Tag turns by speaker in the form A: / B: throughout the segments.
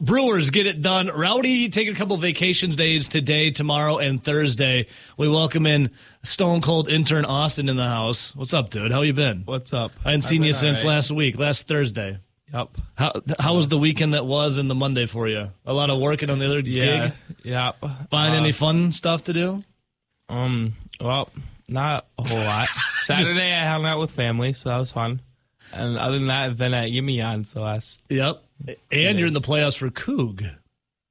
A: Brewers get it done. Rowdy taking a couple vacation days today, tomorrow, and Thursday. We welcome in Stone Cold intern Austin in the house. What's up, dude? How you been?
B: What's up?
A: I haven't seen
B: I've
A: you
B: been
A: since
B: all right.
A: last week, last Thursday.
B: Yep.
A: How how was the weekend that was and the Monday for you? A lot of working on the other
B: Yeah.
A: gig.
B: Yep.
A: Find
B: Uh,
A: any fun stuff to do?
B: Um. Well, not a whole lot. Saturday I hung out with family, so that was fun. And other than that, I've been at Yimian, so that's
A: Yep. And you're in the playoffs for Coog.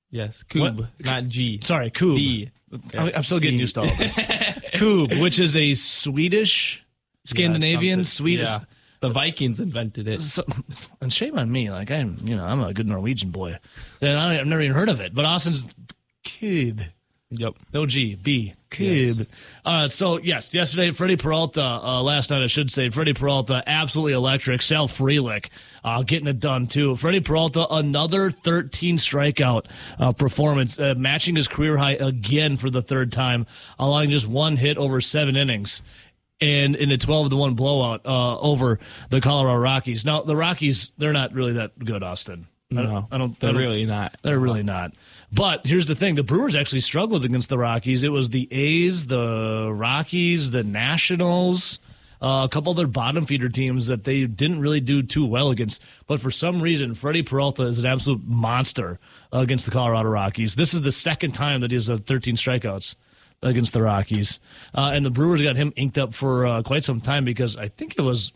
B: yes, Cube,
A: What?
B: not G.
A: Sorry, Coog.
B: B.
A: I'm, I'm still getting used to all this. Coog, which is a Swedish, Scandinavian,
B: Yeah, something-
A: Swedish.
B: yeah. The Vikings invented it.
A: So, and shame on me. Like I'm, you know, I'm a good Norwegian boy. Then I, I've never even heard of it. But Austin's Coog.
B: Yep.
A: No G, B, Kib.
B: Yes.
A: Uh, so, yes, yesterday, Freddie Peralta, uh, last night, I should say, Freddie Peralta, absolutely electric. Sal Frelick uh, getting it done, too. Freddie Peralta, another 13 strikeout uh, performance, uh, matching his career high again for the third time, allowing just one hit over seven innings. And in a 12 to 1 blowout uh, over the Colorado Rockies. Now, the Rockies, they're not really that good, Austin. I don't,
B: No,
A: I don't,
B: They're
A: I don't
B: really not.
A: they're really not. But here's the thing: the Brewers actually struggled against the Rockies. It was the A's, the Rockies, the Nationals, uh, a couple other bottom feeder teams that they didn't really do too well against. But for some reason, Freddie Peralta is an absolute monster against the Colorado Rockies. This is the second time that he has uh, 13 strikeouts against the Rockies, uh, and the Brewers got him inked up for uh, quite some time because I think it was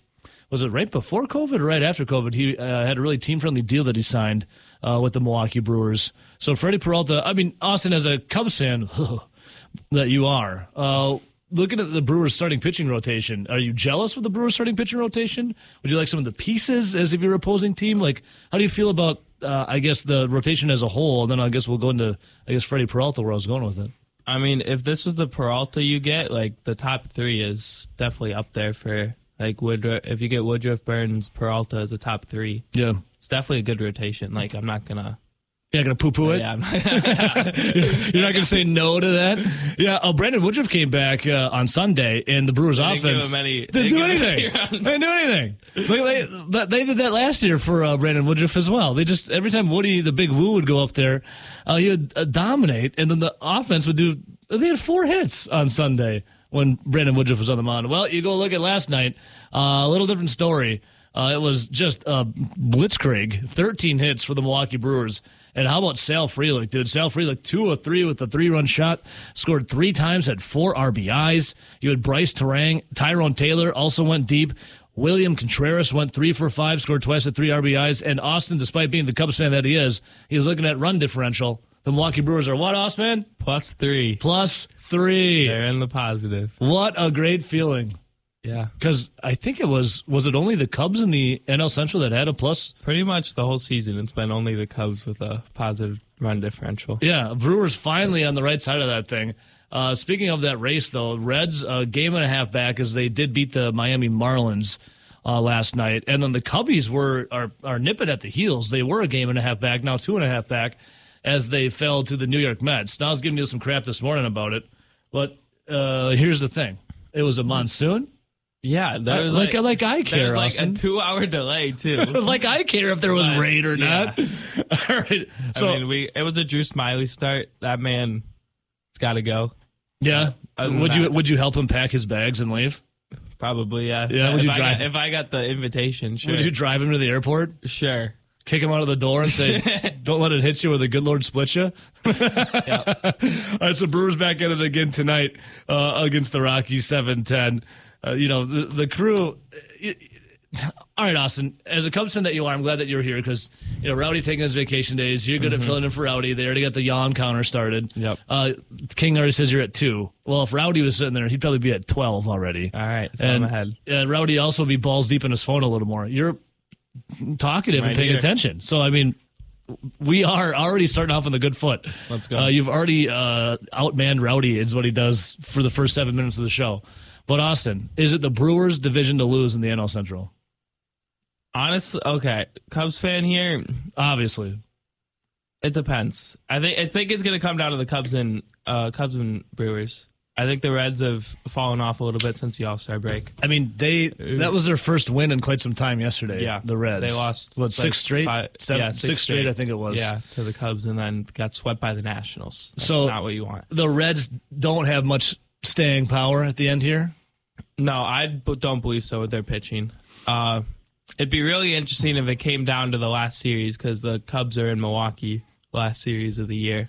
A: was it right before COVID or right after COVID? He uh, had a really team friendly deal that he signed uh, with the Milwaukee Brewers. So Freddie Peralta, I mean, Austin, as a Cubs fan that you are, uh, looking at the Brewers starting pitching rotation, are you jealous with the Brewers starting pitching rotation? Would you like some of the pieces as if you're opposing team? Like, how do you feel about, uh, I guess, the rotation as a whole? And then I guess we'll go into, I guess, Freddie Peralta, where I was going with it.
B: I mean, if this is the Peralta you get, like the top three is definitely up there for like Woodruff. If you get Woodruff, Burns, Peralta is the top three.
A: Yeah.
B: It's definitely a good rotation. Like I'm not gonna.
A: You're not going to poo poo it?
B: Yeah, I'm not,
A: You're not going to say no to that. Yeah, uh, Brandon Woodruff came back uh, on Sunday, and the Brewers
B: didn't give
A: offense
B: him any- they
A: didn't
B: didn't
A: do
B: give him
A: anything.
B: any
A: They
B: runs.
A: didn't do anything. Like, they, they did that last year for uh, Brandon Woodruff as well. They just every time Woody the big Woo would go up there, uh, he would uh, dominate, and then the offense would do. They had four hits on Sunday when Brandon Woodruff was on the mound. Well, you go look at last night. Uh, a little different story. Uh, it was just uh, blitzkrieg, 13 hits for the Milwaukee Brewers. And how about Sal Frelick, dude? Sal Frelick, two of three with a three-run shot, scored three times, had four RBIs. You had Bryce Terang, Tyrone Taylor also went deep. William Contreras went three for five, scored twice at three RBIs. And Austin, despite being the Cubs fan that he is, he was looking at run differential. The Milwaukee Brewers are what, Austin?
B: plus three.
A: Plus three.
B: They're in the positive.
A: What a great feeling.
B: Yeah,
A: Because I think it was, was it only the Cubs in the NL Central that had a plus
B: pretty much the whole season. It's been only the Cubs with a positive run differential.
A: Yeah, Brewers finally on the right side of that thing. Uh, speaking of that race, though, Reds uh, game and a half back as they did beat the Miami Marlins uh, last night, and then the Cubbies were are are nipping at the heels. They were a game and a half back, now two and a half back, as they fell to the New York Mets. Now I was giving you some crap this morning about it, but uh, here's the thing: it was a monsoon,
B: Yeah, that was
A: like
B: like,
A: like, I
B: there
A: care,
B: was like a
A: Austin.
B: two-hour delay too.
A: like I care if there was
B: But,
A: rain or
B: yeah.
A: not. All right, so
B: I mean, we it was a Drew Smiley start. That man, it's got to go.
A: yeah,
B: other than
A: would you
B: that-
A: would you help him pack his bags and leave?
B: Probably, yeah.
A: Yeah,
B: If
A: would you
B: I
A: drive-
B: Got, if I got the invitation, sure.
A: Would you drive him to the airport,
B: Sure.
A: kick him out of the door, and say, "Don't let it hit you, or the good Lord split you"? All right, so Brewers back at it again tonight uh, against the Rockies, seven ten. Uh, you know the the crew. All right, Austin. As a Cubs fan that you are, I'm glad that you're here because you know Rowdy taking his vacation days. You're good at filling in for Rowdy. They already got the yawn counter started.
B: Mm-hmm. Yep.
A: Uh, King already says you're at two. Well, if Rowdy was sitting there, he'd probably be at twelve already.
B: All right, so I'm ahead.
A: and Rowdy also be balls deep in his phone a little more. You're talkative
B: Right
A: and paying
B: here.
A: attention. So I mean, we are already starting off on the good foot.
B: Let's go.
A: Uh, you've already uh, outmanned Rowdy is what he does for the first seven minutes of the show. But Austin, is it the Brewers' division to lose in the NL Central?
B: Honestly, okay. Cubs fan here.
A: Obviously,
B: It depends. I think I think it's gonna come down to the Cubs and uh, Cubs and Brewers. I think the Reds have fallen off a little bit since the All Star break.
A: I mean, they that was their first win in quite some time yesterday.
B: Yeah,
A: the Reds.
B: They lost
A: what
B: like,
A: six straight?
B: fi-
A: Seven-
B: yeah,
A: six, straight, I think it was.
B: Yeah, to the Cubs, and then got swept by the Nationals. That's
A: So-
B: not what you want.
A: The Reds don't have much staying power at the end here.
B: No, I b- don't believe so with their pitching. Uh, it'd be really interesting if it came down to the last series because the Cubs are in Milwaukee last series of the year.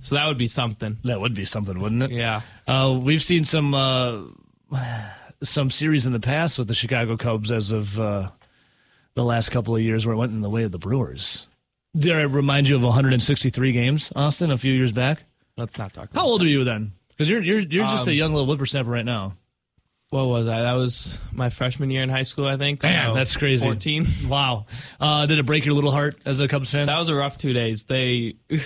B: So that would be something.
A: That would be something, wouldn't it?
B: Yeah.
A: Uh, we've seen some uh, some series in the past with the Chicago Cubs as of uh, the last couple of years where it went in the way of the Brewers. Did I remind you of 163 games, Austin, a few years back?
B: Let's not talk. About
A: How old are you then? Because you're you're you're just a
B: Um,
A: young little whippersnapper right now.
B: What was I? That was my freshman year in high school, I think.
A: Man,
B: So,
A: that's crazy.
B: 14.
A: Wow. Uh, did it break your little heart as a Cubs fan?
B: That was a rough two days. They,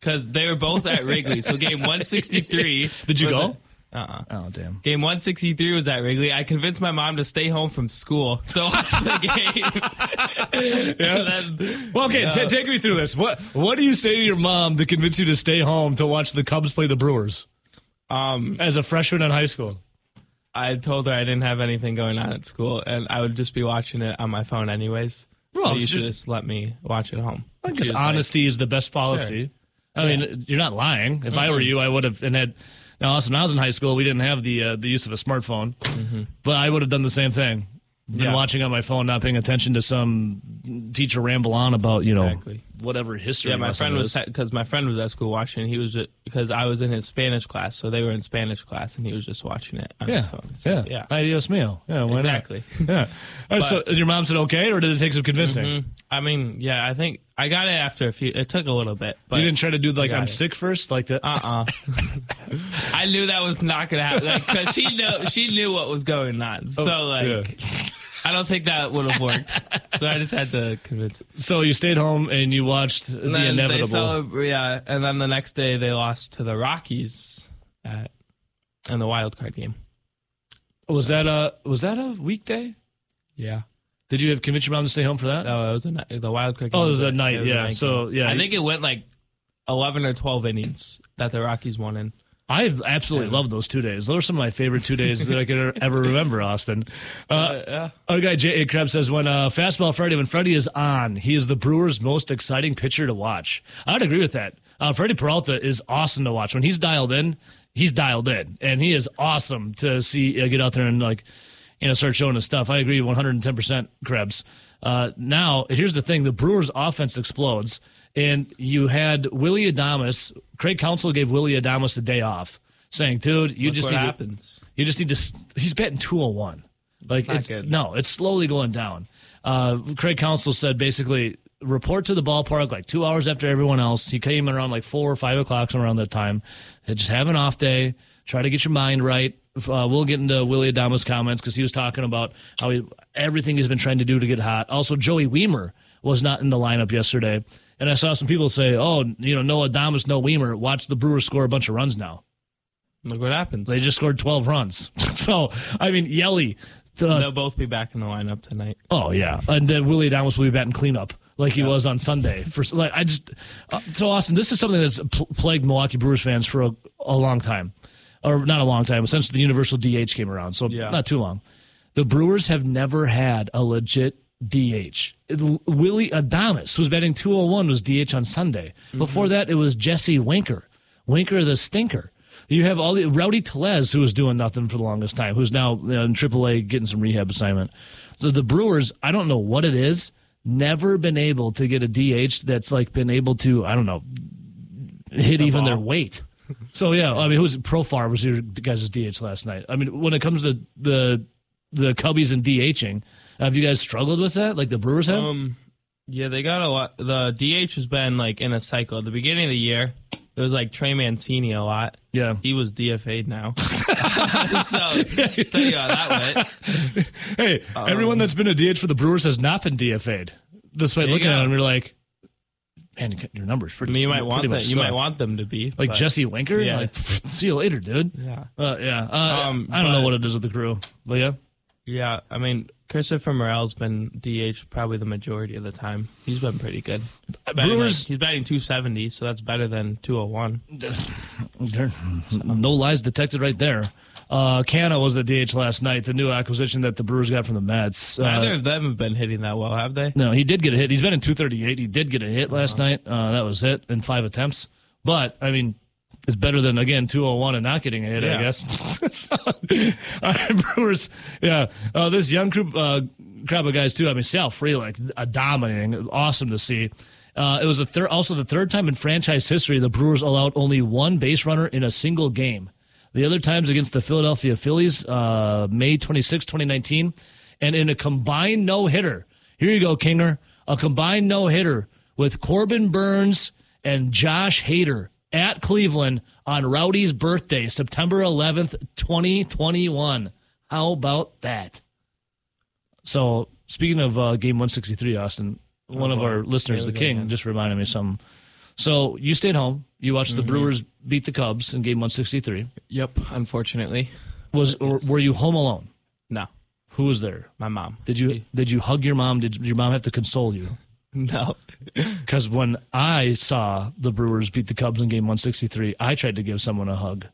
B: because they were both at Wrigley. So game 163.
A: Did you
B: was
A: go?
B: at- uh-uh.
A: oh damn.
B: Game 163 was at Wrigley. I convinced my mom to stay home from school to watch the game. And then-
A: Well, okay, ta- take me through this. What what do you say to your mom to convince you to stay home to watch the Cubs play the Brewers
B: um,
A: as a freshman in high school?
B: I told her I didn't have anything going on at school and I would just be watching it on my phone anyways. So
A: Well,
B: you should
A: she-
B: just let me watch it home. She
A: Because
B: was like,
A: honesty is the best policy. I mean, you're not lying. If I were
B: Mm-hmm.
A: you, I would have and had. Now, Austin, when I was in high school, we didn't have the uh, the use of a smartphone, but I would have done the same thing. Been
B: Mm-hmm. Yeah.
A: watching on my phone, not paying attention to some teacher ramble on about you know
B: Exactly.
A: whatever history.
B: Yeah, my
A: lesson
B: friend
A: it
B: was because my friend was at school watching. He was because I was in his Spanish class, so they were in Spanish class, and he was just watching it on
A: Yeah,
B: his phone. So,
A: yeah,
B: yeah,
A: Adios mio. Yeah, why not?
B: exactly.
A: Yeah. All right, so your mom said okay, or did it take some convincing?
B: I mean, yeah, I think I got it after a few. It took a little bit, but
A: You didn't try to do like
B: Got
A: I'm
B: it.
A: sick first, like that.
B: uh uh I knew that was not gonna happen because she knew she knew what was going on.
A: Oh,
B: So like, I don't think that would have worked. so I just had to convince.
A: so you stayed home and you watched
B: And
A: the
B: then
A: inevitable.
B: They celebra- yeah, and then the next day they lost to the Rockies at, in the wild card game.
A: was that a was that a weekday?
B: Yeah.
A: Did you have convince your mom to stay home for that?
B: No, it was a night, the wild card. Game
A: Oh, it was a night, yeah.
B: night
A: So,
B: game.
A: yeah,
B: I
A: you-
B: think it went like eleven or twelve innings that the Rockies won in.
A: I absolutely loved those two days. Those are some of my favorite two days that I could ever remember, Austin. Uh, Our guy J.A. Krebs says when uh, Fastball Freddy, when Freddy is on, he is the Brewers' most exciting pitcher to watch. I would agree with that. Uh, Freddy Peralta is awesome to watch. When he's dialed in, he's dialed in, and he is awesome to see uh, get out there and like you know start showing his stuff. I agree 110 percent, Krebs. Uh, now here's the thing: the Brewers' offense explodes, and you had Willie Adamas. Craig Council gave Willie Adamas a day off, saying, "Dude, you
B: Look
A: just
B: what
A: need to-
B: happens.
A: you just need to. s- He's betting two hundred one. Like
B: not
A: it's-
B: good.
A: no, it's slowly going down. Uh, Craig Council said basically report to the ballpark like two hours after everyone else. He came in around like four or five o'clock somewhere around that time. And just have an off day. Try to get your mind right. F- Uh, we'll get into Willie Adama's comments because he was talking about how he, everything he's been trying to do to get hot. Also, Joey Weimer was not in the lineup yesterday, and I saw some people say, "Oh, you know, no Adamas, no Weimer. Watch the Brewers score a bunch of runs now."
B: Look what happens.
A: They
B: They
A: just scored 12 runs. so, I mean, Yelly. uh,
B: will both be back in the lineup tonight.
A: Oh, yeah. And then Willie Adamas will be batting cleanup like he was on Sunday. For like, I just uh, So, Austin, this is something that's pl- plagued Milwaukee Brewers fans for a, a long time. Or not a long time, since the universal DH came around. So,
B: Yeah.
A: not too long. The Brewers have never had a legit DH. It- Willie Adamas was batting 201, was DH on Sunday. Before that, it was Jesse Winker. Winker the stinker. You have all the Rowdy Telez, who was doing nothing for the longest time, who's now you know, in AAA getting some rehab assignment. So the Brewers, I don't know what it is, never been able to get a DH that's like been able to, I don't know, hit even their weight. So yeah, I mean, who's Profar was your guys' DH last night? I mean, when it comes to the the Cubbies and DHing, have you guys struggled with that? Like the Brewers have?
B: Um, yeah, they got a lot. The DH has been like in a cycle. At the beginning of the year, it was like Trey Mancini a lot.
A: yeah.
B: He was DFA'd now. so tell you how that went.
A: Hey, everyone that's been a DH for the Brewers has not been DFA'd. Despite
B: you
A: looking at
B: go.
A: them, you're like, man, you got- your numbers
B: I
A: pretty.
B: mean, you
A: pretty
B: might want
A: much
B: that. You
A: suck."
B: might want them to be
A: like
B: but-
A: Jesse Winker.
B: Yeah.
A: Like, see you later, dude.
B: Yeah.
A: Uh, yeah. Uh,
B: Um,
A: I don't know
B: but-
A: what it is with the crew, but yeah.
B: Yeah, I mean, Christopher Morel's been DH probably the majority of the time. He's been pretty good. Batting, like,
A: Brewers- Uh,
B: he's batting 270, so that's better than 201.
A: There- No lies detected right there. Uh, Canna was the DH last night, the new acquisition that the Brewers got from the Mets.
B: Neither
A: Uh,
B: of them have been hitting that well, have they?
A: no, he did get a hit. He's been in 238. He did get a hit last night. Uh, that was it in five attempts. But, I mean, it's better than, again, 201 and not getting a hit, I
B: Yeah.
A: guess. So, all right, Brewers. Yeah. Uh, this young group, uh, crop of guys, too. I mean, Sal Freelick, uh, dominating. Awesome to see. Uh, it was a thir- also the third time in franchise history the Brewers allowed only one base runner in a single game. The other times against the Philadelphia Phillies, uh, May 26, 2019, and in a combined no hitter. Here you go, Kinger. A combined no hitter with Corbin Burns and Josh Hader at Cleveland on Rowdy's birthday, September 11th, 2021. How about that? So, speaking of uh, game 163, Austin, one of our listeners,
B: Here
A: the
B: Uh-huh. we go
A: King,
B: again.
A: just reminded me of something. So, you stayed home. You watched
B: Mm-hmm.
A: the Brewers beat the Cubs in game 163.
B: Yep, unfortunately.
A: Was or, were you home alone?
B: No,
A: Who was there?
B: my mom.
A: Did you did you hug your mom? Did your mom have to console you?
B: No.
A: Because when I saw the Brewers beat the Cubs in Game 163, I tried to give someone a hug.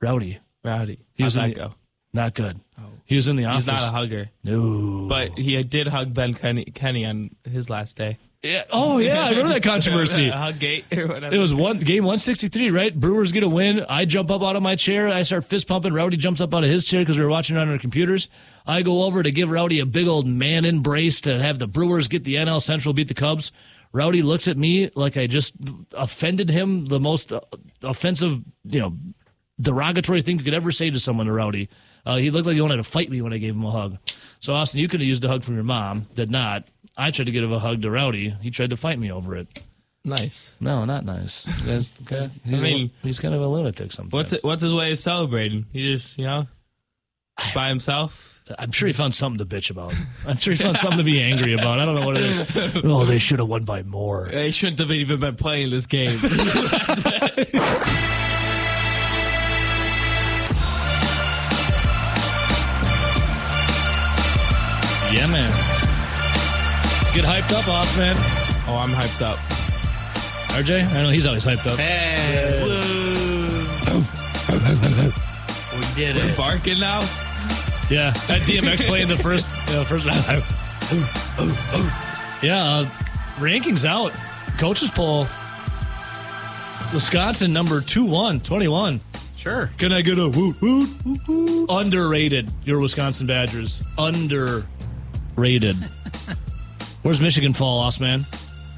A: Rowdy,
B: Rowdy.
A: He was in
B: How'd that
A: the
B: go?
A: not good. He was in the office.
B: Oh. He's not a hugger.
A: no.
B: But he did hug Ben Kenny, Kenny on his last day.
A: Yeah. Oh yeah, I remember that controversy.
B: hug gate or whatever.
A: It was one game 163, right? Brewers get a win. I jump up out of my chair. I start fist pumping. Rowdy jumps up out of his chair because we were watching it on our computers. I go over to give Rowdy a big old man embrace to have the Brewers get the NL Central, beat the Cubs. Rowdy looks at me like I just offended him the most uh, offensive, you know, derogatory thing you could ever say to someone, to Rowdy. Uh, he looked like he wanted to fight me when I gave him a hug. So, Austin, you could have used a hug from your mom, did not. I tried to give a hug to Rowdy. He tried to fight me over it.
B: nice.
A: No, not nice. That's, that's- he's,
B: I mean-
A: a, he's kind of a lunatic sometimes.
B: What's it, what's his way of celebrating? He just, you know, by himself.
A: I'm sure he found something to bitch about. I'm sure he found something to be angry about. I don't know what it is. Oh, they should have won by more.
B: They shouldn't have even been playing this game.
A: Yeah, man. Get hyped up, off man.
B: oh, I'm hyped up.
A: RJ, I know he's always hyped up.
C: Hey, woo. we did it.
B: Barking now?
A: Yeah, that DMX playing the first you know, first round. yeah, uh, rankings out. Coaches poll. Wisconsin number 2-1, 21.
B: Sure.
A: Can I get a woot woot woot woot? Underrated, your Wisconsin Badgers. Underrated. Where's Michigan fall, off man?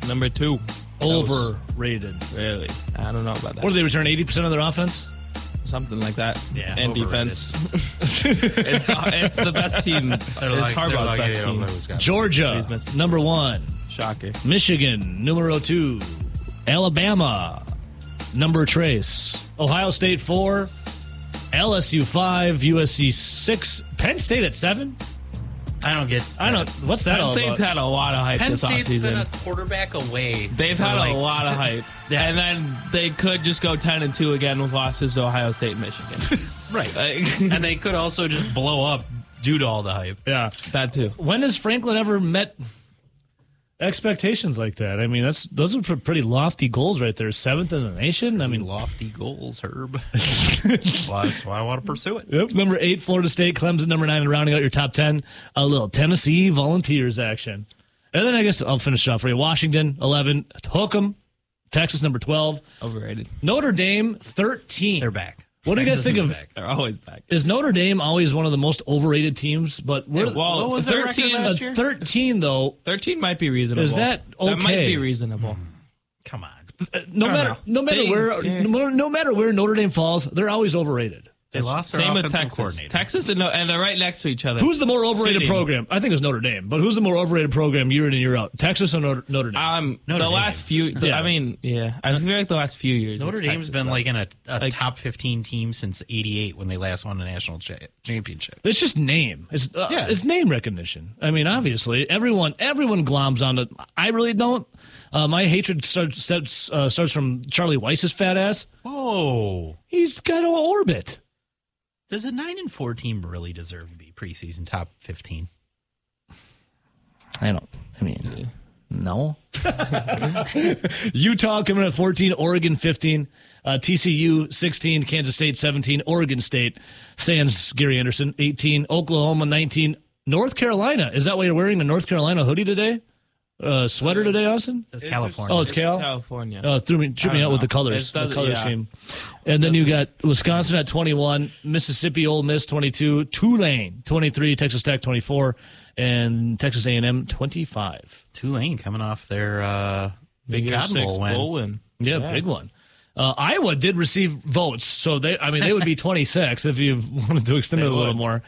B: Number two.
A: Overrated.
B: Really? I don't know about that.
A: What do they return? Eighty percent of their offense.
B: Something like that.
C: Yeah,
B: And
C: overrated.
B: defense. it's, the, it's the best team. It's
C: They're like- they're
B: Harbaugh's
C: like,
B: best
C: "Hey,
B: team.
C: don't lose, guys."
A: Georgia,
B: He's missing.
A: number one.
B: Shocker.
A: Michigan, numero two. Alabama, number trace. Ohio State four. LSU five. USC six. Penn State at seven.
C: I don't get.
A: I don't. What's that
B: Penn
A: all
B: State's
A: about?
B: had a lot of hype
C: Penn
B: this
C: State's
B: offseason.
C: been a quarterback away.
B: They've
C: for,
B: had
C: like,
B: a lot of hype.
C: Yeah.
B: And then they could just go 10 and 2 again with losses to Ohio State and Michigan.
C: right,
B: Like,
C: uh, and they could also just blow up due to all the hype.
A: yeah.
B: that too.
A: when has Franklin ever met expectations like that? I mean, that's those are pre- pretty lofty goals right there. Seventh in the nation. I mean,
C: Lofty goals, Herb. well, that's why I want to pursue it.
A: yep, number eight, Florida State, Clemson, number nine, and rounding out your top ten, a little Tennessee Volunteers action, and then I guess I'll finish off for you. Washington, eleven, Hook'em, Texas, number twelve,
B: Overrated.
A: Notre Dame, 13
C: They're back.
A: What do you guys
C: Texas
A: think
C: is
A: of-
C: Back.
B: They're always back.
A: Is Notre Dame always one of the most overrated teams? But we're,
B: Well,
C: What was their record
B: 13,
C: last
A: uh,
B: uh,
C: year?
A: thirteen though.
B: 13 might be reasonable.
A: Is that
B: That might
A: okay?
B: be
C: Hmm.
B: reasonable.
C: Come on,
A: No matter
B: know.
A: no matter
B: They-
A: where
B: yeah.
A: no, no matter where Notre Dame falls, they're always overrated.
C: they lost their
B: Same with
C: offensive
B: Texas.
C: coordinator.
B: Texas and, no, and they're right next to each other.
A: Who's the more overrated
B: Fitting.
A: program? I think it's Notre Dame, but who's the more overrated program year in and year out? Texas or Notre, Notre Dame?
B: um,
C: Notre
B: the
C: Dame.
B: last few. the-
A: Yeah.
B: I mean, yeah, I feel like the last few years.
C: Notre
B: it's
C: Dame's
B: Texas,
C: been
B: though.
C: like in a, a
B: Like-
C: top fifteen team since '88 when they last won a national cha- championship.
A: it's just name. It's uh,
C: Yeah.
A: it's name recognition. I mean, obviously, everyone everyone gloms on it. I really don't. Uh, my hatred starts starts, uh, starts from Charlie Weiss's fat ass.
C: Whoa.
A: He's got an orbit.
C: Does a nine and four team really deserve to be preseason top fifteen?
D: I don't. I mean, no.
A: Utah coming at 14, Oregon 15, uh, TCU 16, Kansas State 17, Oregon State, sans Gary Anderson 18, Oklahoma 19, North Carolina. Is that why you're wearing a North Carolina hoodie today? Uh, sweater today, Austin?
C: It says
A: Oh,
C: California.
A: it's Cal?
B: California.
A: Uh, threw me, threw
B: I
A: me
B: don't
A: out with the
B: know.
A: colors,
B: It doesn't-
A: the color
B: yeah.
A: scheme. And then you got Wisconsin at 21, Mississippi Ole Miss 22, Tulane 23, Texas Tech 24, and Texas A&M 25.
C: Tulane coming off their uh, Big
B: Year
C: Cotton
B: six
C: Bowl win.
B: bowl win.
A: Yeah, big one. Uh, Iowa did receive votes, so they. I mean, they would be 26 if you wanted to extend it a little
B: would.
A: more.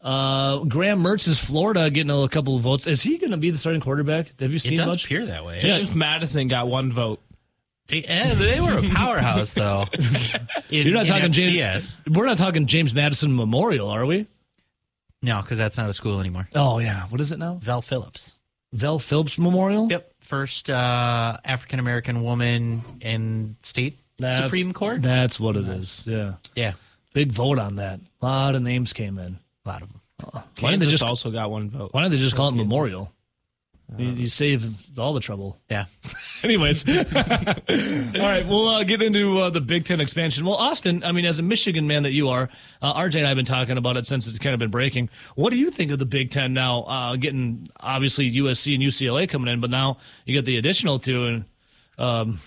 A: Uh, Graham Mertz is Florida getting a couple of votes. Is he going to be the starting quarterback? Have you
C: It
A: seen
C: does
A: much?
C: appear that way.
B: James Madison got one vote.
C: They, eh, they were a powerhouse, though. In-
A: You're not
C: in
A: talking James.
C: FCS.
A: We're not talking James Madison Memorial, are we?
C: No, because that's not a school anymore.
A: Oh yeah, what is it now?
C: Val Phillips.
A: Val Phillips Memorial.
C: Yep. First uh, African American woman in state
A: That's-
C: Supreme Court.
A: That's what it is. Yeah,
C: yeah.
A: big vote on that. A lot of names came in.
C: A lot of them.
A: Why didn't they
B: Kansas
A: just
B: also got one vote.
A: Why don't they just call it Memorial? You, you save all the trouble.
C: Yeah.
A: Uh, Anyways, all right, we'll uh, get into uh, the Big Ten expansion. Well, Austin, I mean, as a Michigan man that you are, uh, RJ and I have been talking about it since it's kind of been breaking. What do you think of the Big Ten now? Uh, getting obviously USC and UCLA coming in, but now you get the additional two, and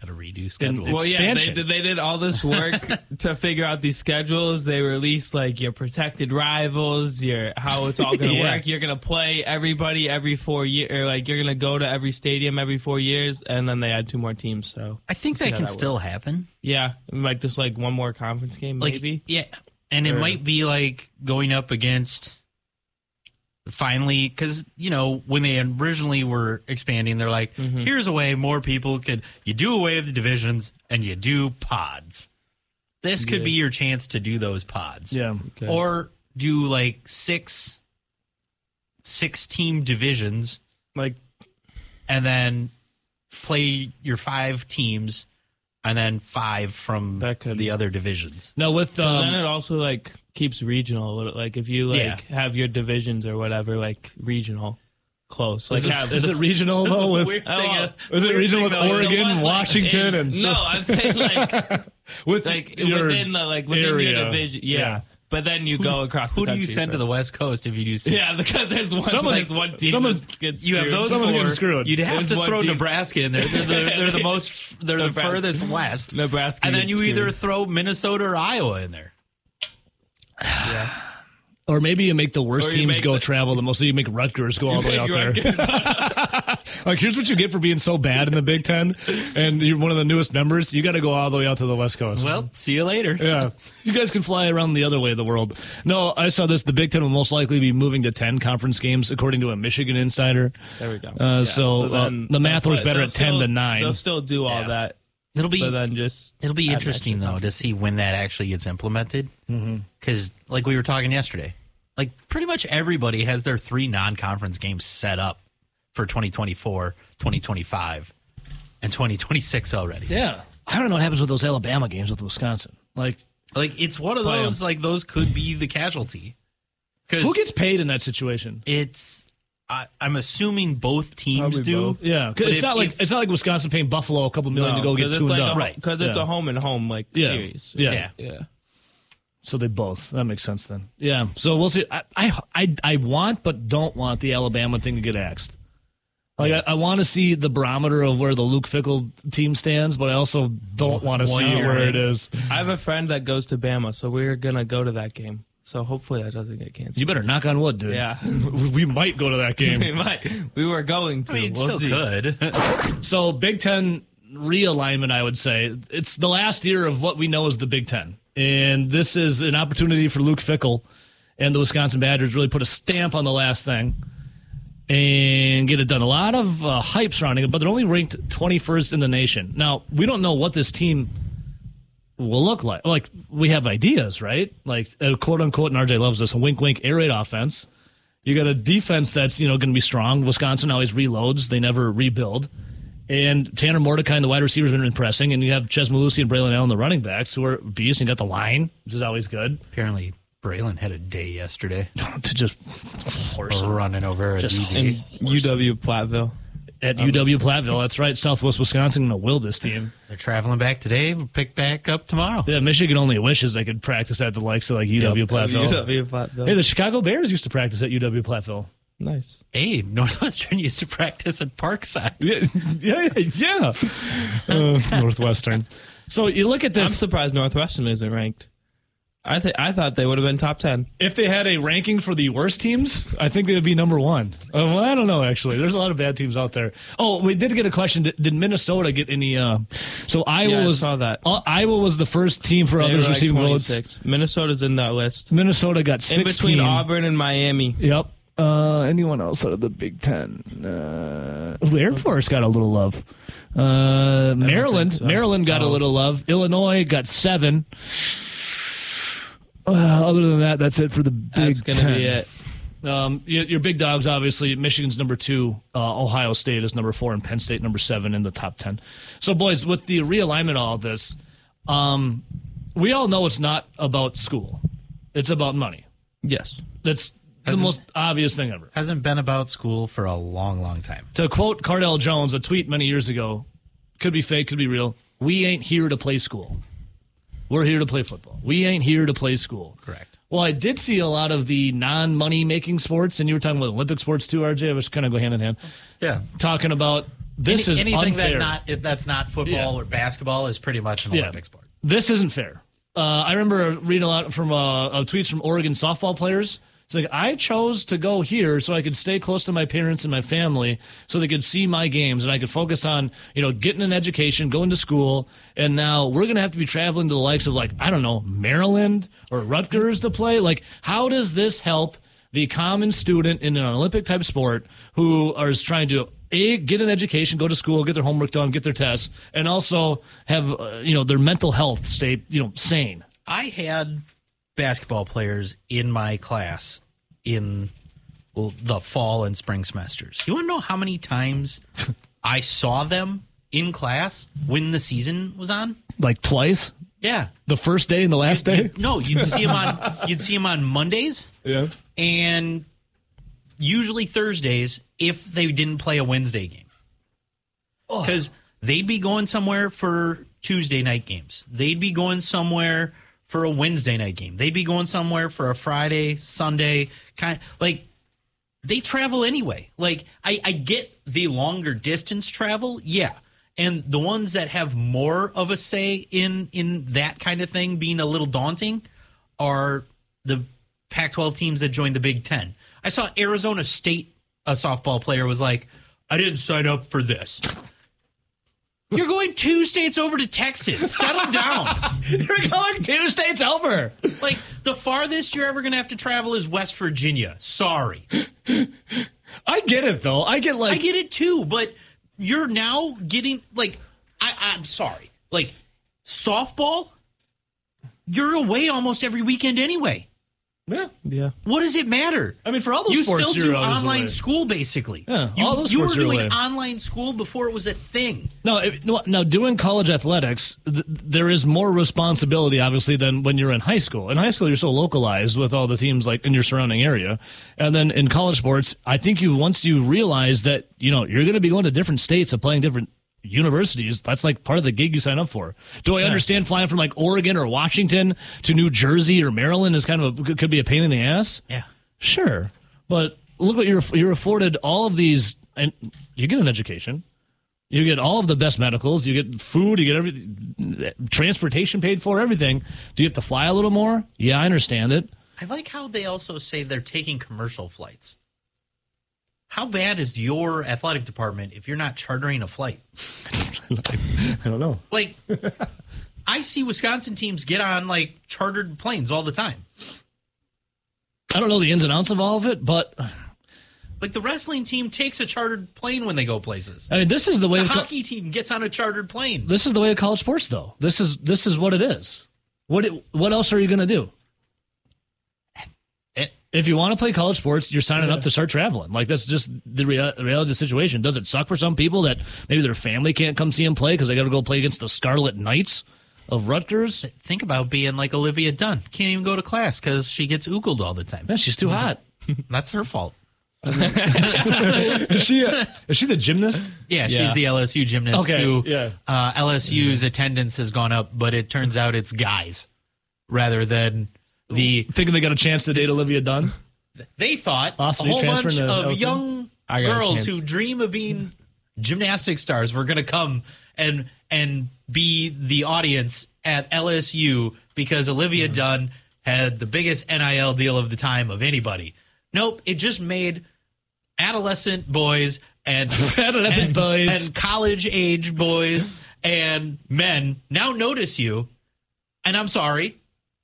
C: Got to redo schedules.
A: it's-
B: Well, yeah, they
A: expansion.
B: did, they did all this work to figure out these schedules. They released like your protected rivals, your how it's all going to
A: Yeah.
B: work. You're going to play everybody every four years, or like you're going to go to every stadium every four years, and then they add two more teams. So
C: I think
B: see
C: that
B: how
C: can
B: that
C: still happen.
B: yeah, like just like one more conference game,
C: Like,
B: maybe.
C: Yeah. And it might be like going up against finally, because, you know, when they originally were expanding, they're like,
B: Mm-hmm.
C: here's a way more people could, you do away with the divisions and you do pods. This could be your chance to do those pods.
A: yeah,
B: Okay.
C: Or do like six, six team divisions
B: like
C: and then play your five teams and then five from
B: That could-
C: the other divisions.
A: now with
B: then
A: um,
B: it also like keeps regional a little. Like if you like
C: Yeah.
B: have your divisions or whatever, like regional, close. Like
A: is, it,
B: have
A: is it regional though? With Oh,
C: Weird
A: is
C: thing, uh,
A: it
C: weird
A: regional with
C: thing though, you know
A: Oregon,
C: what?
A: and Washington, and
B: no, I'm saying like.
A: with
B: like
A: your-
B: within the like within
A: area.
B: your division. Yeah.
A: Yeah.
B: But then you go across
C: Who
B: the
C: do you
B: country
C: send
B: for-
C: to the West Coast if you do six?
B: Yeah, because there's one
A: Someone-
B: there's one team
A: someone-
B: that gets
C: you have those
A: Someone's
C: four.
A: getting screwed.
C: You'd have
B: There's
C: to
B: one
C: throw
B: team.
C: Nebraska in there. They're the, they're the most. They're the
B: Nebraska.
C: furthest west.
B: Nebraska
C: And then
B: gets
C: you either
B: screwed.
C: throw Minnesota or Iowa in there.
A: Or maybe you make the worst
B: Or you
A: teams
B: make
A: go
B: the-
A: travel the most. So you make Rutgers go all the way out there.
B: there.
A: Like here's what you get for being so bad in the Big Ten, and you're one of the newest members. You got to go all the way out to the West Coast.
B: Mm-hmm.
C: Well, see you later.
A: Yeah, you guys can fly around the other way of the world. No, I saw this. The Big Ten will most likely be moving to ten conference games, according to a Michigan insider.
B: There we go.
A: Uh, so, uh, the math
B: they'll
A: works
B: play-
A: better
B: they'll
A: at 10 to
B: still-
A: 9.
B: They'll still do all
C: Yeah.
B: that,
C: It'll be
B: but then just
C: It'll be
B: I'd
C: interesting though to see when that actually gets implemented, because mm-hmm. like we were talking yesterday, like pretty much everybody has their three non-conference games set up for 2024, 2025, and 2026 already.
A: Yeah, I don't know what happens with those Alabama games with Wisconsin. Like,
C: Like it's one of
B: Play 'em.
C: those like those could be the casualty
A: who
C: because
A: gets paid in that situation?
C: it's I, I'm assuming both teams
B: Probably
C: do.
B: both.
A: Yeah, 'cause
C: But
A: it's
C: if-
A: not like
C: if-
A: it's not like Wisconsin paying Buffalo a couple million to go get
B: because Oh, it's
A: tuned
B: like
A: up.
B: a,
C: Right.
B: Because it's
A: Yeah.
B: a home and home like
A: Yeah.
B: series.
A: Yeah.
C: Yeah.
B: Yeah.
A: So they both. That makes sense then. Yeah. So we'll see. I I I, I want but don't want the Alabama thing to get axed. Like I, I want to see the barometer of where the Luke Fickle team stands, but I also don't want to see
C: year
A: where it
C: in.
A: is.
B: I have a friend that goes to Bama, so we're gonna go to that game. So hopefully that doesn't get canceled.
A: You better knock on wood, dude.
B: Yeah.
A: We we might go to that
B: we
A: game.
B: might. We were going to.
C: I mean, it
B: we'll
C: still
B: see.
C: could.
A: so Big Ten realignment, I would say it's the last year of what we know as the Big Ten, and this is an opportunity for Luke Fickle and the Wisconsin Badgers really put a stamp on the last thing. and get it done. A lot of uh, hype surrounding it, but they're only ranked 21st in the nation. Now, we don't know what this team will look like. Like, we have ideas, right? Like, uh, quote unquote, and RJ loves this wink, wink, air raid offense. You got a defense that's, you know, going to be strong. Wisconsin always reloads, they never rebuild. And Tanner Mordecai, and the wide receiver, has been impressing. And you have Ches Malusi and Braylon Allen, the running backs, who are beasts. And you got the line, which is always good.
C: Apparently, Braylon had a day yesterday.
A: to just horse it.
C: running over a
A: Just-
C: DB.
B: in UW Platteville.
A: at UW Platteville. That's right, Southwest Wisconsin, and a Wildis team.
C: They're traveling back today. We'll pick back up tomorrow.
A: Yeah, Michigan only wishes they could practice at the likes of like UW Platteville.
B: UW Platteville.
A: Hey, the Chicago Bears used to practice at UW Platteville.
B: nice.
C: Hey, Northwestern used to practice at Parkside.
A: Yeah, yeah, yeah. Uh, Northwestern. So you look at
B: I'm
A: this.
B: surprised Northwestern isn't ranked. I th- I thought they would have been top ten.
A: If they had a ranking for the worst teams, I think they would be number one. Uh, well, I don't know, actually. There's a lot of bad teams out there. Oh, we did get a question. Did, did Minnesota get any? Uh, so Iowa
B: Yeah, I
A: was
B: saw that.
A: uh, Iowa was the first team for
B: They
A: others
B: were like
A: receiving votes.
B: 26. Minnesota's in that list.
A: Minnesota got
B: In
A: 16.
B: between Auburn and Miami.
A: Yep. Uh, anyone else out of the Big Ten? Uh, ooh, Air Force got a little love. Uh, Maryland, Maryland got a
B: Oh.
A: little love. Illinois got seven. Uh, other than that, that's it for the Big
B: That's gonna
A: Ten.
B: be it.
A: Um, your, your big dogs, obviously, Michigan's number two, uh, Ohio State is number four, and Penn State number seven in the top ten. So, boys, with the realignment, of all this, um, we all know it's not about school; it's about money.
B: Yes.
A: That's the
C: Hasn't-
A: most obvious thing ever.
C: Hasn't been about school for a long, long time.
A: To quote Cardell Jones, a tweet many years ago, could be fake, could be real. We ain't here to play school. We're here to play football. We ain't here to play school.
C: Correct.
A: Well, I did see a lot of the non money making sports, and you were talking about Olympic sports too, RJ, which kind of go hand in hand.
C: Yeah.
A: Talking about this
C: Any-
A: is
C: anything
A: unfair.
C: that not if that's not football
A: Yeah.
C: or basketball is pretty much an Olympic sport.
A: This isn't fair. Uh, I remember reading a lot from uh, of tweets from Oregon softball players. It's like I chose to go here so I could stay close to my parents and my family, so they could see my games and I could focus on you know getting an education, going to school. And now we're gonna have to be traveling to the likes of like I don't know Maryland or Rutgers to play. Like, how does this help the common student in an Olympic type sport who is trying to a get an education, go to school, get their homework done, get their tests, and also have uh, you know their mental health stay you know sane.
C: I had basketball players in my class in well, the fall and spring semesters. You want to know how many times I saw them in class when the season was on?
A: Like twice,
C: Yeah.
A: the first day and the last day.
C: You- no, you'd see them on you'd see them on Mondays
A: Yeah.
C: and usually Thursdays if they didn't play a Wednesday game. Because they'd be going somewhere for Tuesday night games. They'd be going somewhere for a Wednesday night game. They'd be going somewhere for a Friday, Sunday kind like they travel anyway. Like I, I get the longer distance travel, yeah. And the ones that have more of a say in in that kind of thing being a little daunting are the Pac-12 teams that joined the Big Ten. I saw Arizona State, a softball player, was like, "I didn't sign up for this." You're going two states over to Texas. Settle down.
A: You're going two states over.
C: like the farthest you're ever going to have to travel is West Virginia. Sorry.
A: I get it though. I get like
C: I get it too, but you're now getting like I, I'm sorry, like softball. You're away almost every weekend anyway.
A: yeah.
B: Yeah.
C: What does it matter?
A: I mean, for all the
C: you
A: sports,
C: still
A: you're
C: do
A: always
C: online
A: away.
C: school basically.
A: Yeah,
C: you,
A: all those
C: you were
A: sports are
C: doing
A: away.
C: online school before it was a thing.
A: No, it, no, no. Doing college athletics, th- there is more responsibility, obviously, than when you're in high school. In high school, you're so localized with all the teams like in your surrounding area, and then in college sports, I think you once you realize that you know you're going to be going to different states and playing different universities. That's like part of the gig you sign up for. Do I understand flying from like Oregon or Washington to New Jersey or Maryland is kind of a, could be a pain in the ass?
C: Yeah.
A: Sure, but look what you're you're afforded all of these, and you get an education, you get all of the best medicals, you get food, you get every transportation paid for, everything. Do you have to fly a little more? Yeah, I understand it.
C: I like how they also say they're taking commercial flights. How bad is your athletic department if you're not chartering a flight?
A: I don't know.
C: Like, I see Wisconsin teams get on like chartered planes all the time.
A: I don't know the ins and outs of all of it, but
C: Like the wrestling team takes a chartered plane when they go places.
A: I mean, this is the way
C: The
A: of co-
C: hockey team gets on a chartered plane.
A: this is the way of college sports, though. This is this is what it is. What it, what else are you going to do?
C: It,
A: If you want to play college sports, you're signing up to start traveling. Like that's just the, rea- the reality of the situation. Does it suck for some people that maybe their family can't come see them play because they got to go play against the Scarlet Knights of Rutgers?
C: Think about being like Olivia Dunn. Can't even go to class because she gets oogled all the time.
A: Man, she's too hot.
C: That's her fault.
A: Is she? A, is she the gymnast?
B: Yeah.
C: Yeah, she's the LSU gymnast
A: Okay,
C: too.
A: yeah.
C: Uh, LSU's attendance has gone up, but it turns out it's guys rather than the.
A: Thinking they got a chance to date Olivia Dunn?
C: They thought
A: Austin,
C: a
A: you
C: whole
A: transferring
C: bunch
A: to
C: of
A: LSU?
C: young
B: I got a
C: girls
B: chance.
C: who dream of being gymnastic stars were going to come and and be the audience at LSU because Olivia
A: Hmm.
C: Dunn had the biggest NIL deal of the time of anybody. Nope, it just made adolescent boys and
A: Adolescent
C: and-
A: boys.
C: and college age boys and men now notice you. And I'm sorry,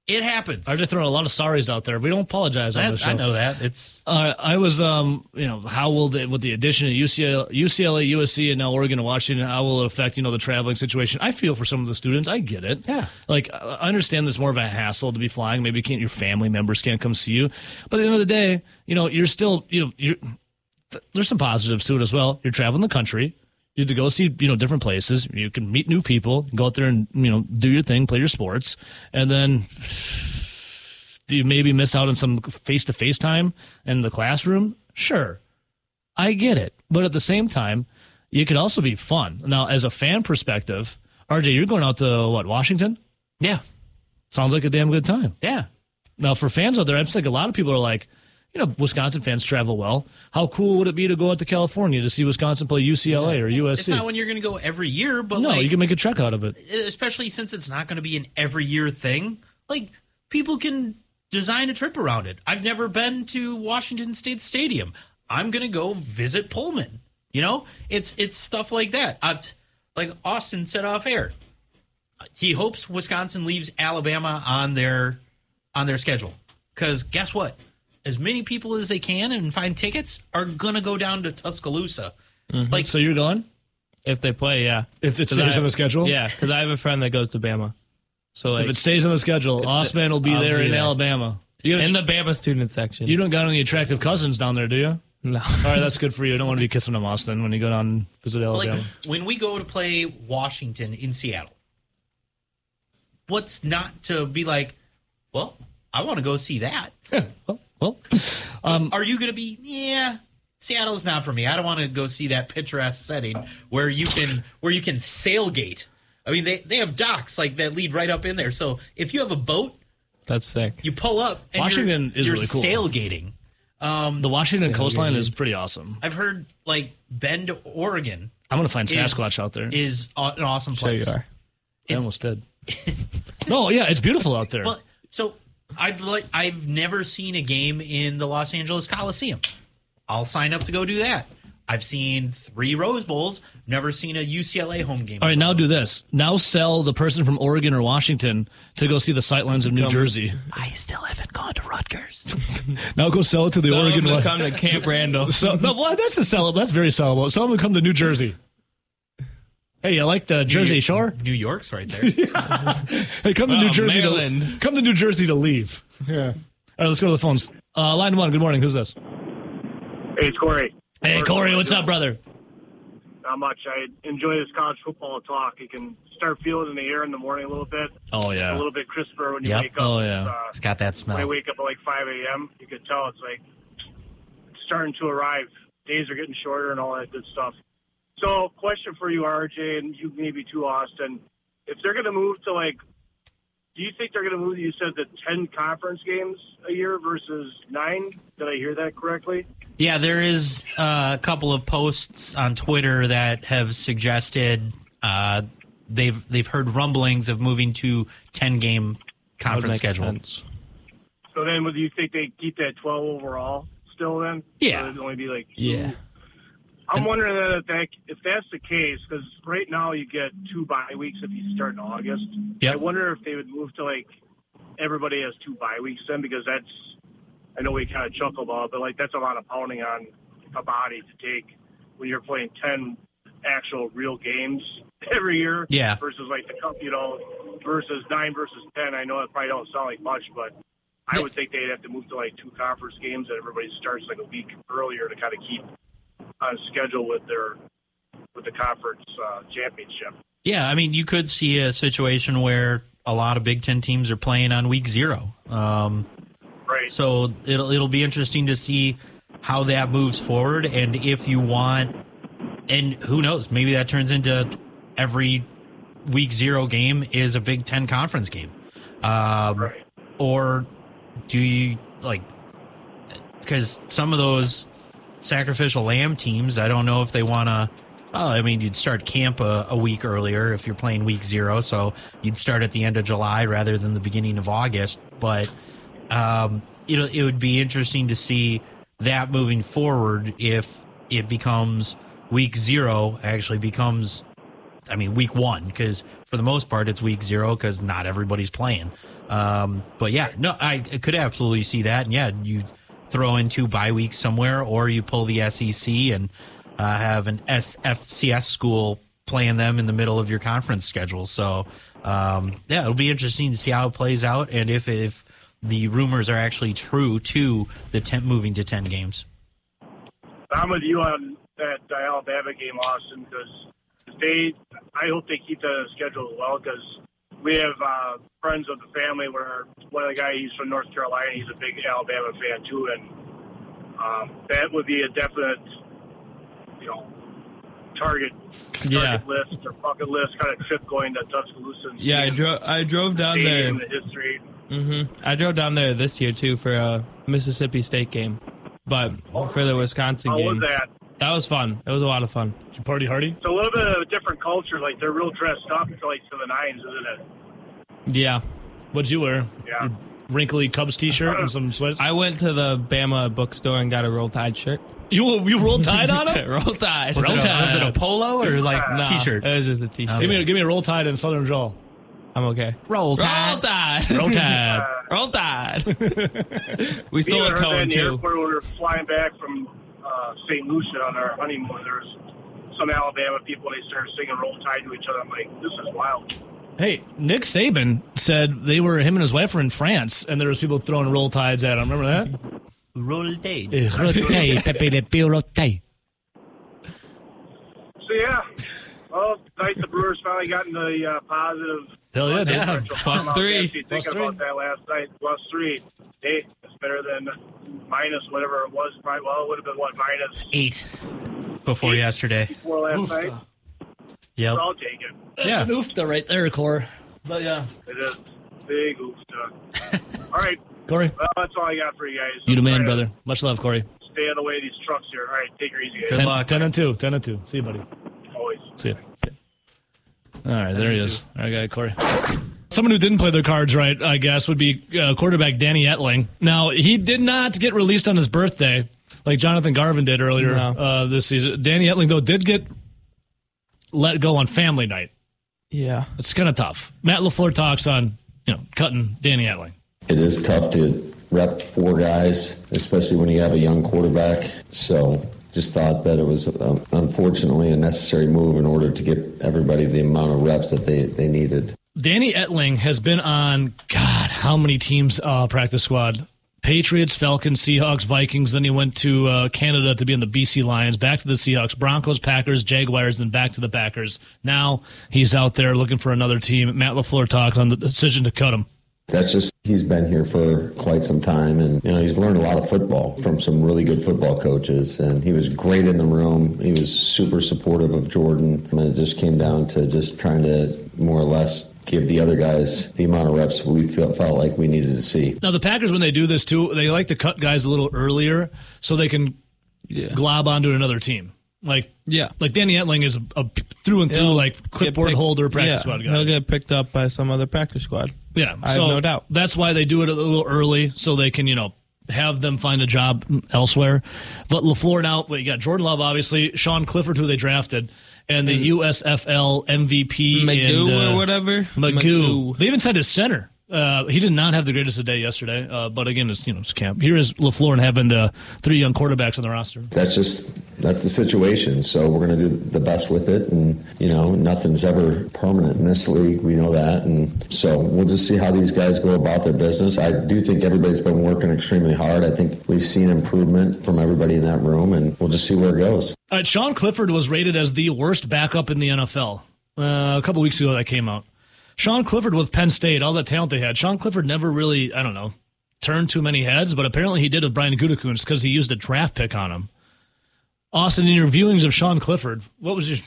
C: it happens.
A: I'm just throwing a lot of sorries out there. We don't apologize on
C: I,
A: this show.
C: I know that it's
A: Uh, I was, um, you know, how will the, with the addition of UCLA, UCLA, USC, and now Oregon and Washington, how will it affect, you know, the traveling situation? I feel for some of the students. I get it.
C: Yeah.
A: Like, I I understand there's more of a hassle to be flying. Maybe you can't, your family members can't come see you. But at the end of the day, you know, you're still, you know, you're, th- there's some positives to it as well. You're traveling the country. You have to go see, you know, different places. You can meet new people, go out there and, you know, do your thing, play your sports. And then do you maybe miss out on some face to face time in the classroom? Sure. I get it. But at the same time, it could also be fun. Now, as a fan perspective, RJ, you're going out to what, Washington?
C: yeah,
A: Sounds like a damn good time.
C: yeah.
A: Now, for fans out there, I just think a lot of people are like, you know, Wisconsin fans travel well. How cool would it be to go out to California to see Wisconsin play UCLA or
C: It's not
A: USC?
C: when you're going to go every year, but
A: No,
C: like, e,
A: you can make a trek out of it.
C: especially since it's not going to be an every year thing. Like people can design a trip around it. I've never been to Washington State Stadium. I'm going to go visit Pullman. You know, it's it's stuff like that. i like Austin said off air, he hopes Wisconsin leaves Alabama on their on their schedule because guess what? As many people as they can and find tickets are going to go down to Tuscaloosa. Like
A: So you're going?
B: If they play, yeah.
A: If it
B: 'Cause
A: stays
B: I-
A: on the schedule?
B: Yeah, because I have a friend that goes to Bama. So like,
A: If it stays on the schedule, Osman will be
B: I'll
A: there
B: be
A: in
B: there.
A: Alabama. You,
B: in the Bama student section.
A: you don't got any attractive cousins down there, do you?
B: no.
A: All right, that's good for you. I don't want to be kissing them, Austin, when you go down and visit
C: But,
A: Alabama.
C: like when we go to play Washington in Seattle, what's not to be like? Well, I want to go see that.
A: well, Um,
C: Are you going to be? Yeah, Seattle's not for me. I don't want to go see that picturesque setting where you can where you can sailgate. I mean, they they have docks like that lead right up in there. So if you have a boat,
B: That's sick.
C: you pull up. And
A: Washington
C: you're,
A: is
C: you're
A: really cool.
C: sailgating.
A: the Washington coastline is pretty awesome.
C: I've heard like Bend, Oregon.
A: I'm going to find
C: is-
A: Sasquatch out there.
C: is a- an awesome
B: There you
C: place.
B: are.
A: I almost did. no, yeah, it's beautiful out there.
C: Well, so I'd like I've never seen a game in the Los Angeles Coliseum. I'll sign up to go do that. I've seen three Rose Bowls. Never seen a UCLA home game.
A: All right, now do this. Now sell the person from Oregon or Washington to go see the sightlines of New Jersey.
C: I still haven't gone to Rutgers.
A: Now go sell it to the
B: Some
A: Oregon
B: will
A: one.
B: come to Camp Randall.
A: So, no, well, that's a sellable. That's very sellable. Sell them to come to New Jersey. Hey, you like the Jersey Shore?
C: New York's right there.
A: Hey, come to New
C: Uh,
B: Wow,
A: Jersey. To,
B: Maryland.
A: come to New Jersey to leave. Yeah. All right, let's go to the phones. Uh, line one. Good morning. Who's this?
E: Hey, it's Corey.
A: Hey, Corey. What's up, brother?
E: Not much. I enjoy this college football talk. You can start feeling it in the air in the morning a little bit.
A: Oh
E: A
A: yeah.
E: little bit crisper when you
C: Yep.
E: wake up.
A: Oh, yeah.
E: Uh,
C: it's got that
E: when I
C: smell.
E: wake up at like 5 a.m., you could tell it's like it's starting to arrive. Days are getting shorter and all that good stuff. So, question for you, RJ, and you maybe too, Austin. If they're going to move to like, do you think they're going to move? You said the 10 conference games a year versus nine. Did I hear that correctly?
C: Yeah, there is uh, a couple of posts on Twitter that have suggested uh, they've they've heard rumblings of moving to ten game conference schedule.
E: So then, would you think they keep that 12 overall still? Then,
C: Yeah.
E: so it'd only be like.
B: Yeah.
E: I'm wondering then if that if that's the case because right now you get two bye weeks if you start in August.
C: Yep.
E: I wonder if they would move to like everybody has two bye weeks then because that's I know we kind of chuckle about, it, but like that's a lot of pounding on a body to take when you're playing ten actual real games every year.
C: Yeah.
E: Versus like the cup, you know, versus nine versus ten. I know it probably don't sound like much, but I would think they'd have to move to like two conference games and everybody starts like a week earlier to kind of keep on schedule with their with the conference uh, championship.
C: Yeah, I mean, you could see a situation where a lot of Big Ten teams are playing on week zero. Um,
E: Right.
C: so it'll it'll be interesting to see how that moves forward, and if you want, and who knows, maybe that turns into every week zero game is a Big Ten conference game. Um,
E: right.
C: or do you like because some of those sacrificial lamb teams i don't know if they want to well i mean you'd start camp a, a week earlier if you're playing week zero so you'd start at the end of july rather than the beginning of august but um you know it would be interesting to see that moving forward if it becomes week zero actually becomes I mean, week one, because for the most part, it's week zero because not everybody's playing. Um, but yeah, no, I, I could absolutely see that. And yeah, you throw in two bye weeks somewhere, or you pull the SEC and uh, have an SFCS school playing them in the middle of your conference schedule. So um, yeah, it'll be interesting to see how it plays out and if, if the rumors are actually true to the tent moving to 10 games.
E: I'm with you on that uh, Alabama game, Austin, because if they, I hope they keep the schedule as well because we have uh, friends of the family where one of the guys he's from North Carolina, he's a big Alabama fan too, and um, that would be a definite, you know, target target
B: Yeah.
E: list or bucket list kind of trip going to Tuscaloosa. and
B: Yeah, I
E: seeing
B: drove. I drove
E: the
B: down
E: stadium
B: there.
E: and the history.
B: hmm I drove down there this year too for a Mississippi State game, but for the Wisconsin
E: How
B: game,
E: was that?
B: that was fun. It was a lot of fun.
A: Did you party hardy?
E: It's a little bit of a different culture. Like they're real dressed up, like to the nines, isn't it?
B: Yeah,
A: What'd you wear?
E: Yeah.
A: Your wrinkly Cubs T-shirt and some sweats.
B: I went to the Bama bookstore and got a Roll Tide shirt.
A: you you roll tide on him?
B: roll Tide.
C: Was,
A: Roll
C: it a,
A: Tide.
C: was it a polo or like
B: Nah,
C: t-shirt?
B: It was just a T-shirt.
A: Give me a, give me a roll tide and Southern Draw.
B: I'm okay.
C: Roll Tide.
B: Roll Tide.
A: Roll tide.
B: Roll Tide. we
E: Me
B: stole
E: and
B: a
E: her were in
B: cone
E: the
B: too.
E: airport when we were flying back from uh, St. Lucia on our honeymoon. There was some Alabama people, and they started singing "Roll Tide" to each other. I'm like, this is wild.
A: Hey, Nick Saban said they were him and his wife were in France, and there was people throwing roll tides at him. Remember that?
C: Roll Tide.
D: Eh, rotate, Pepe Le Pew, rotate.
E: So yeah, well, tonight the Brewers finally got in the uh, positive.
A: Hell yeah, dude.
E: differential.
B: Plus
E: I was
B: three.
E: actually
A: Plus
E: Thinking about that last night, plus three. Hey, it's better than minus whatever it was. Right? Well, it would have been what minus
C: eight before yesterday.
E: four last night.
A: Oofta.
C: Yep.
E: So I'll take it.
A: That's
C: Yeah.
A: an oofta right there, Core. But yeah,
E: It is big oofta. all right,
A: Corey,
E: well, that's all I got for you guys.
A: you the man,
E: Sorry,
A: brother. Much love, Corey.
E: stay out of the way of these trucks here. All right, take her easy, guys.
C: Good luck.
A: Ten and two. Ten and two. See you, buddy.
E: Always.
A: See ya. All right, there he is. All right, guy, Corey. Someone who didn't play their cards right, I guess, would be uh, quarterback Danny Etling. Now, he did not get released on his birthday like Jonathan Garvin did earlier
B: No.
A: uh, this season. Danny Etling, though, did get let go on family night.
B: Yeah.
A: It's kind of tough. Matt LaFleur talks on, you know, cutting Danny Etling.
F: it is tough to rep four guys, especially when you have a young quarterback. So just thought that it was uh, unfortunately a necessary move in order to get everybody the amount of reps that they, they needed.
A: Danny Etling has been on God, how many teams? Uh, practice squad: Patriots, Falcons, Seahawks, Vikings. Then he went to uh, Canada to be in the BC Lions. Back to the Seahawks, Broncos, Packers, Jaguars, then back to the Packers. Now he's out there looking for another team. Matt Lafleur talks on the decision to cut him.
F: That's just, he's been here for quite some time and, you know, he's learned a lot of football from some really good football coaches and he was great in the room. He was super supportive of Jordan. And it just came down to just trying to more or less give the other guys the amount of reps we felt, felt like we needed to see.
A: Now the Packers, when they do this too, they like to cut guys a little earlier so they can
B: Yeah.
A: glob onto another team. Like
B: Yeah.
A: like Danny Etling is a, a through and through
B: He'll
A: like
B: get
A: clipboard
B: picked-
A: holder practice
B: yeah,
A: squad guy.
B: He'll get picked up by some other practice squad.
A: Yeah,
B: I have
A: so
B: no doubt.
A: That's why they do it a little early, so they can you know have them find a job elsewhere. But Lafleur now, well, you got Jordan Love, obviously, Sean Clifford, who they drafted, and the USFL MVP
B: Magoo
A: and, uh,
B: Mm-hmm. or whatever.
A: Magoo. They even said his center. Uh, he did not have the greatest of day yesterday, uh, but again, it's you know it's camp. Here is Lafleur and having the three young quarterbacks on the roster.
F: that's just that's the situation. So we're going to do the best with it, and you know nothing's ever permanent in this league. We know that, and so we'll just see how these guys go about their business. I do think everybody's been working extremely hard. I think we've seen improvement from everybody in that room, and we'll just see where it goes.
A: All right, Sean Clifford was rated as the worst backup in the NFL uh, a couple weeks ago. That came out. Sean Clifford with Penn State, all that talent they had. Sean Clifford never really, I don't know, turned too many heads, but apparently he did with Brian Gutekunst because he used a draft pick on him. Austin, in your viewings of Sean Clifford, what was your?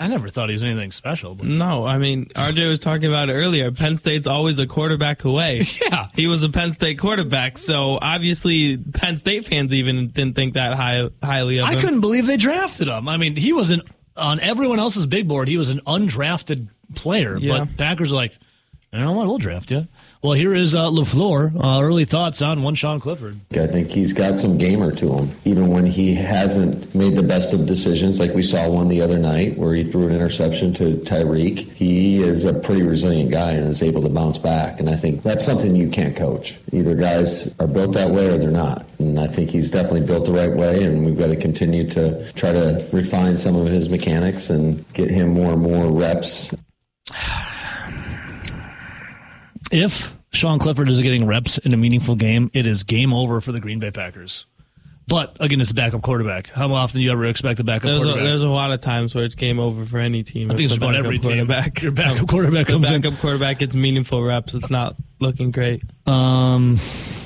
A: I never thought he was anything special. But
B: No, I mean RJ was talking about it earlier. Penn State's always a quarterback away.
A: Yeah.
B: he was a Penn State quarterback, so obviously Penn State fans even didn't think that high, highly of
A: I
B: him.
A: couldn't believe they drafted him. I mean, he was an on everyone else's big board. He was an undrafted player,
B: Yeah.
A: but Packers are like, you know what? We'll draft you. Well, here is uh, Lafleur. Uh, early thoughts on one Sean Clifford.
F: I think he's got some gamer to him, even when he hasn't made the best of decisions. Like we saw one the other night where he threw an interception to Tyreek. He is a pretty resilient guy and is able to bounce back. And I think that's something you can't coach. Either guys are built that way or they're not. And I think he's definitely built the right way. And we've got to continue to try to refine some of his mechanics and get him more and more reps
A: If Sean Clifford is getting reps in a meaningful game, it is game over for the Green Bay Packers. But again, it's a backup quarterback. How often do you ever expect a backup
B: There's a,
A: quarterback?
B: there's a lot of times where it's game over for any team.
A: I think it's about every team. Your backup quarterback
B: the
A: comes in.
B: backup quarterback gets meaningful reps. It's not looking great.
A: um,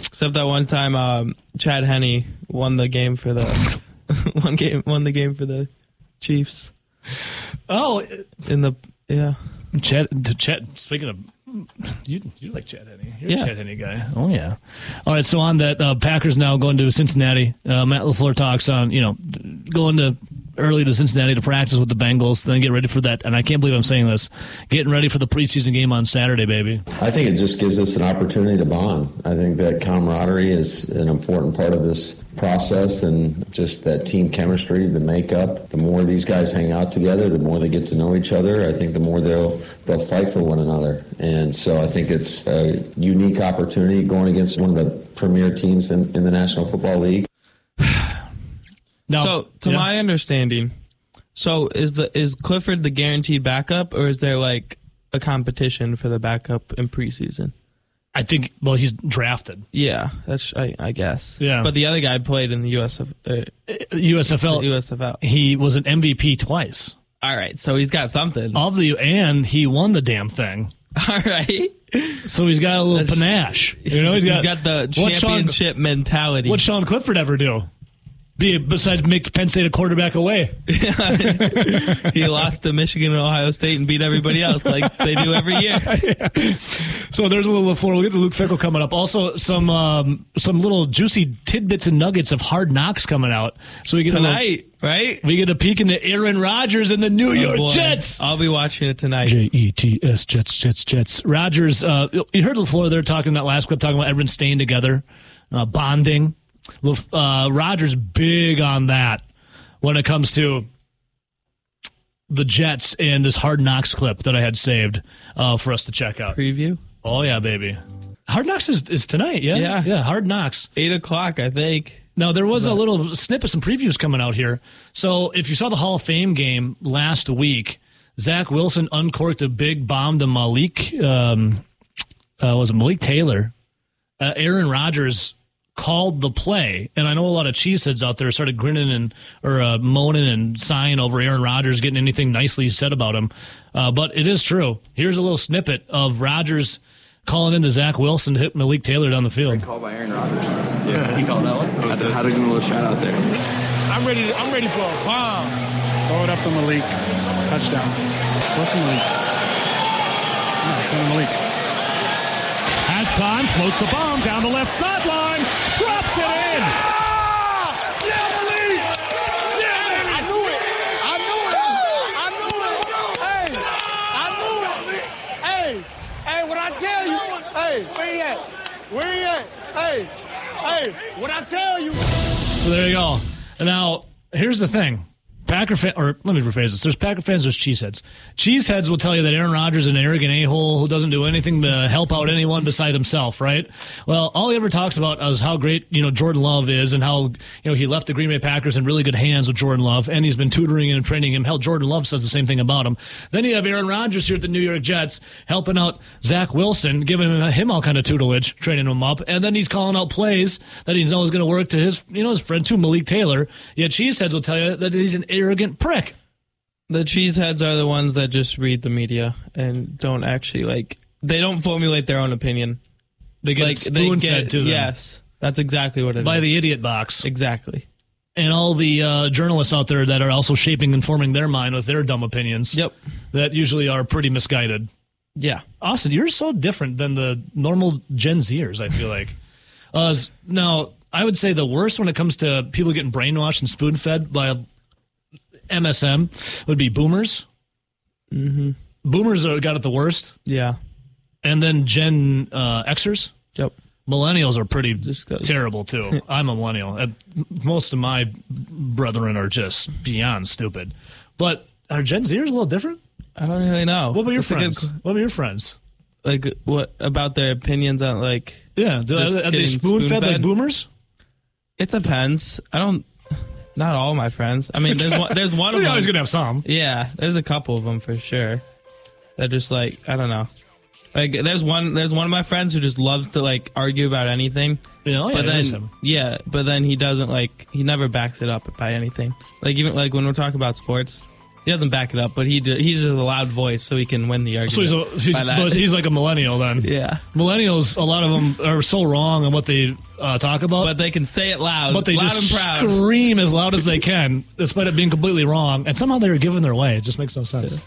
B: Except that one time, um, Chad Henney won the game for the one game won the game for the Chiefs
A: oh,
B: in the yeah.
A: Chad, to Chad. Speaking of, you you like Chad Henney? You're
B: Yeah.
A: a Chad Henney guy. Oh yeah. All right. So on that, uh, Packers now going to Cincinnati. Uh, Matt Lafleur talks on you know going to early to Cincinnati to practice with the Bengals, then get ready for that. And I can't believe I'm saying this. Getting ready for the preseason game on Saturday, baby.
F: I think it just gives us an opportunity to bond. I think that camaraderie is an important part of this process and just that team chemistry, the makeup. The more these guys hang out together, the more they get to know each other. I think the more they'll they'll fight for one another. And so I think it's a unique opportunity going against one of the premier teams in, in the National Football League.
A: Now,
B: So, to
A: yeah.
B: my understanding, so is the is Clifford the guaranteed backup, or is there like a competition for the backup in preseason?
A: I think well, he's drafted.
B: Yeah, that's I, I guess.
A: Yeah. Oh.
B: but the other guy played in the USF, uh,
A: USFL.
B: USFL.
A: He was an MVP twice
B: All right, so he's got something.
A: of the, and he won the damn thing.
B: All right,
A: So he's got a little
B: That's-
A: panache. You know, he's got,
B: the
A: What Sean-
B: championship mentality.
A: What'd Sean Clifford ever do? Be besides make Penn State a quarterback away.
B: he lost to Michigan and Ohio State and beat everybody else like they do every year.
A: So there's a little floor. We'll get to Luke Fickle coming up. Also, some um, some little juicy tidbits and nuggets of hard knocks coming out. So we get A little,
B: Tonight, right? Oh,
A: we get a peek into Aaron Rodgers and the New York
B: Boy,
A: Jets.
B: I'll be watching it tonight.
A: J E T S Jets Jets Jets. Rodgers, uh, you heard Lafleur there talking that last clip talking about everyone staying together, uh, bonding. Laf- uh, Rodgers big on that when it comes to the Jets and this Hard Knocks clip that I had saved uh, for us to check out.
B: Preview
A: Oh yeah, baby. Hard Knocks is, is tonight, yeah,
B: Yeah.
A: yeah. Hard Knocks.
B: eight o'clock, I think.
A: Now there was a little snippet, some previews coming out here. So if you saw the Hall of Fame game last week, Zach Wilson uncorked a big bomb to Malik. Um, uh, was it Malik Taylor? Uh, Aaron Rodgers called the play, and I know a lot of cheeseheads out there started grinning and or uh, moaning and sighing over Aaron Rodgers getting anything nicely said about him. Uh, but it is true. Here's a little snippet of Rodgers calling into Zach Wilson to hit Malik Taylor down the field.
G: Called by Aaron Rodgers. Yeah, he called that one. Had to, had to give him a little shout out there.
H: I'm ready. I'm ready for a bomb. Throw it up to Malik. Touchdown. Throw it to Malik. No, it's going to Malik.
A: Has time, floats the bomb down the left sideline, drops it in.
H: I knew it. I knew it. I knew it. Hey, I knew it. Hey, hey, what I tell you? Hey, where he at? Where he at? Hey, hey, what I tell you?
A: So there you go. And Now, here's the thing. Packer fan, or let me rephrase this. There's Packer fans, there's cheeseheads. Cheeseheads will tell you that Aaron Rodgers is an arrogant a hole who doesn't do anything to help out anyone beside himself, right? Well, all he ever talks about is how great you know Jordan Love is and how you know he left the Green Bay Packers in really good hands with Jordan Love, and he's been tutoring and training him. Hell, Jordan Love says the same thing about him. Then you have Aaron Rodgers here at the New York Jets helping out Zach Wilson, giving him, him all kind of tutelage, training him up, and then he's calling out plays that he knows is going to work to his you know his friend too, Malik Taylor. Yet cheeseheads will tell you that he's an arrogant prick.
B: The cheeseheads are the ones that just read the media and don't actually like. They don't formulate their own opinion.
A: They get
B: like
A: spoon fed to them
B: Yes, that's exactly what it is.
A: by the idiot box.
B: Exactly.
A: and all the uh, journalists out there that are also shaping and forming their mind with their dumb opinions
B: Yep.
A: that usually are pretty misguided.
B: Yeah.
A: Austin, you're so different than the normal Gen Zers, I feel like. uh, s- now, I would say the worst when it comes to people getting brainwashed and spoon fed by MSM would be boomers. Mm-hmm. Boomers are, got it the worst.
B: Yeah.
A: And then Gen uh, Xers.
B: Yep.
A: Millennials are pretty
B: Just 'cause.
A: terrible too. I'm a millennial. Uh, Most of my brethren are just beyond stupid. But are Gen Zers a little different?
B: I don't really know.
A: What about your
B: That's a good
A: friends?
B: qu-
A: what about your friends?
B: like what about their opinions on like?
A: Yeah, do, are,
B: Just
A: they- are they
B: getting
A: spoon fed like
B: spoon-fed?
A: boomers?
B: It depends. I don't. Not all my friends. I mean, there's one. There's one of
A: You're
B: them.
A: always gonna have some.
B: Yeah, there's a couple of them for sure. They're just like I don't know. Like there's one there's one of my friends who just loves to like argue about anything.
A: You know, Oh, yeah,
B: But
A: there's
B: then
A: some.
B: yeah, but then he doesn't like he never backs it up by anything. Like even like when we're talking about sports, he doesn't back it up, but he d- he's just a loud voice so he can win the
A: So
B: argument.
A: he's, a, he's,
B: by that.
A: but he's like a millennial then.
B: yeah.
A: Millennials, a lot of them are so wrong on what they uh, talk about.
B: But they can say it loud,
A: but they
B: loud
A: just
B: and proud.
A: scream as loud as they can, despite it being completely wrong, and somehow they're giving their way. It just makes no sense.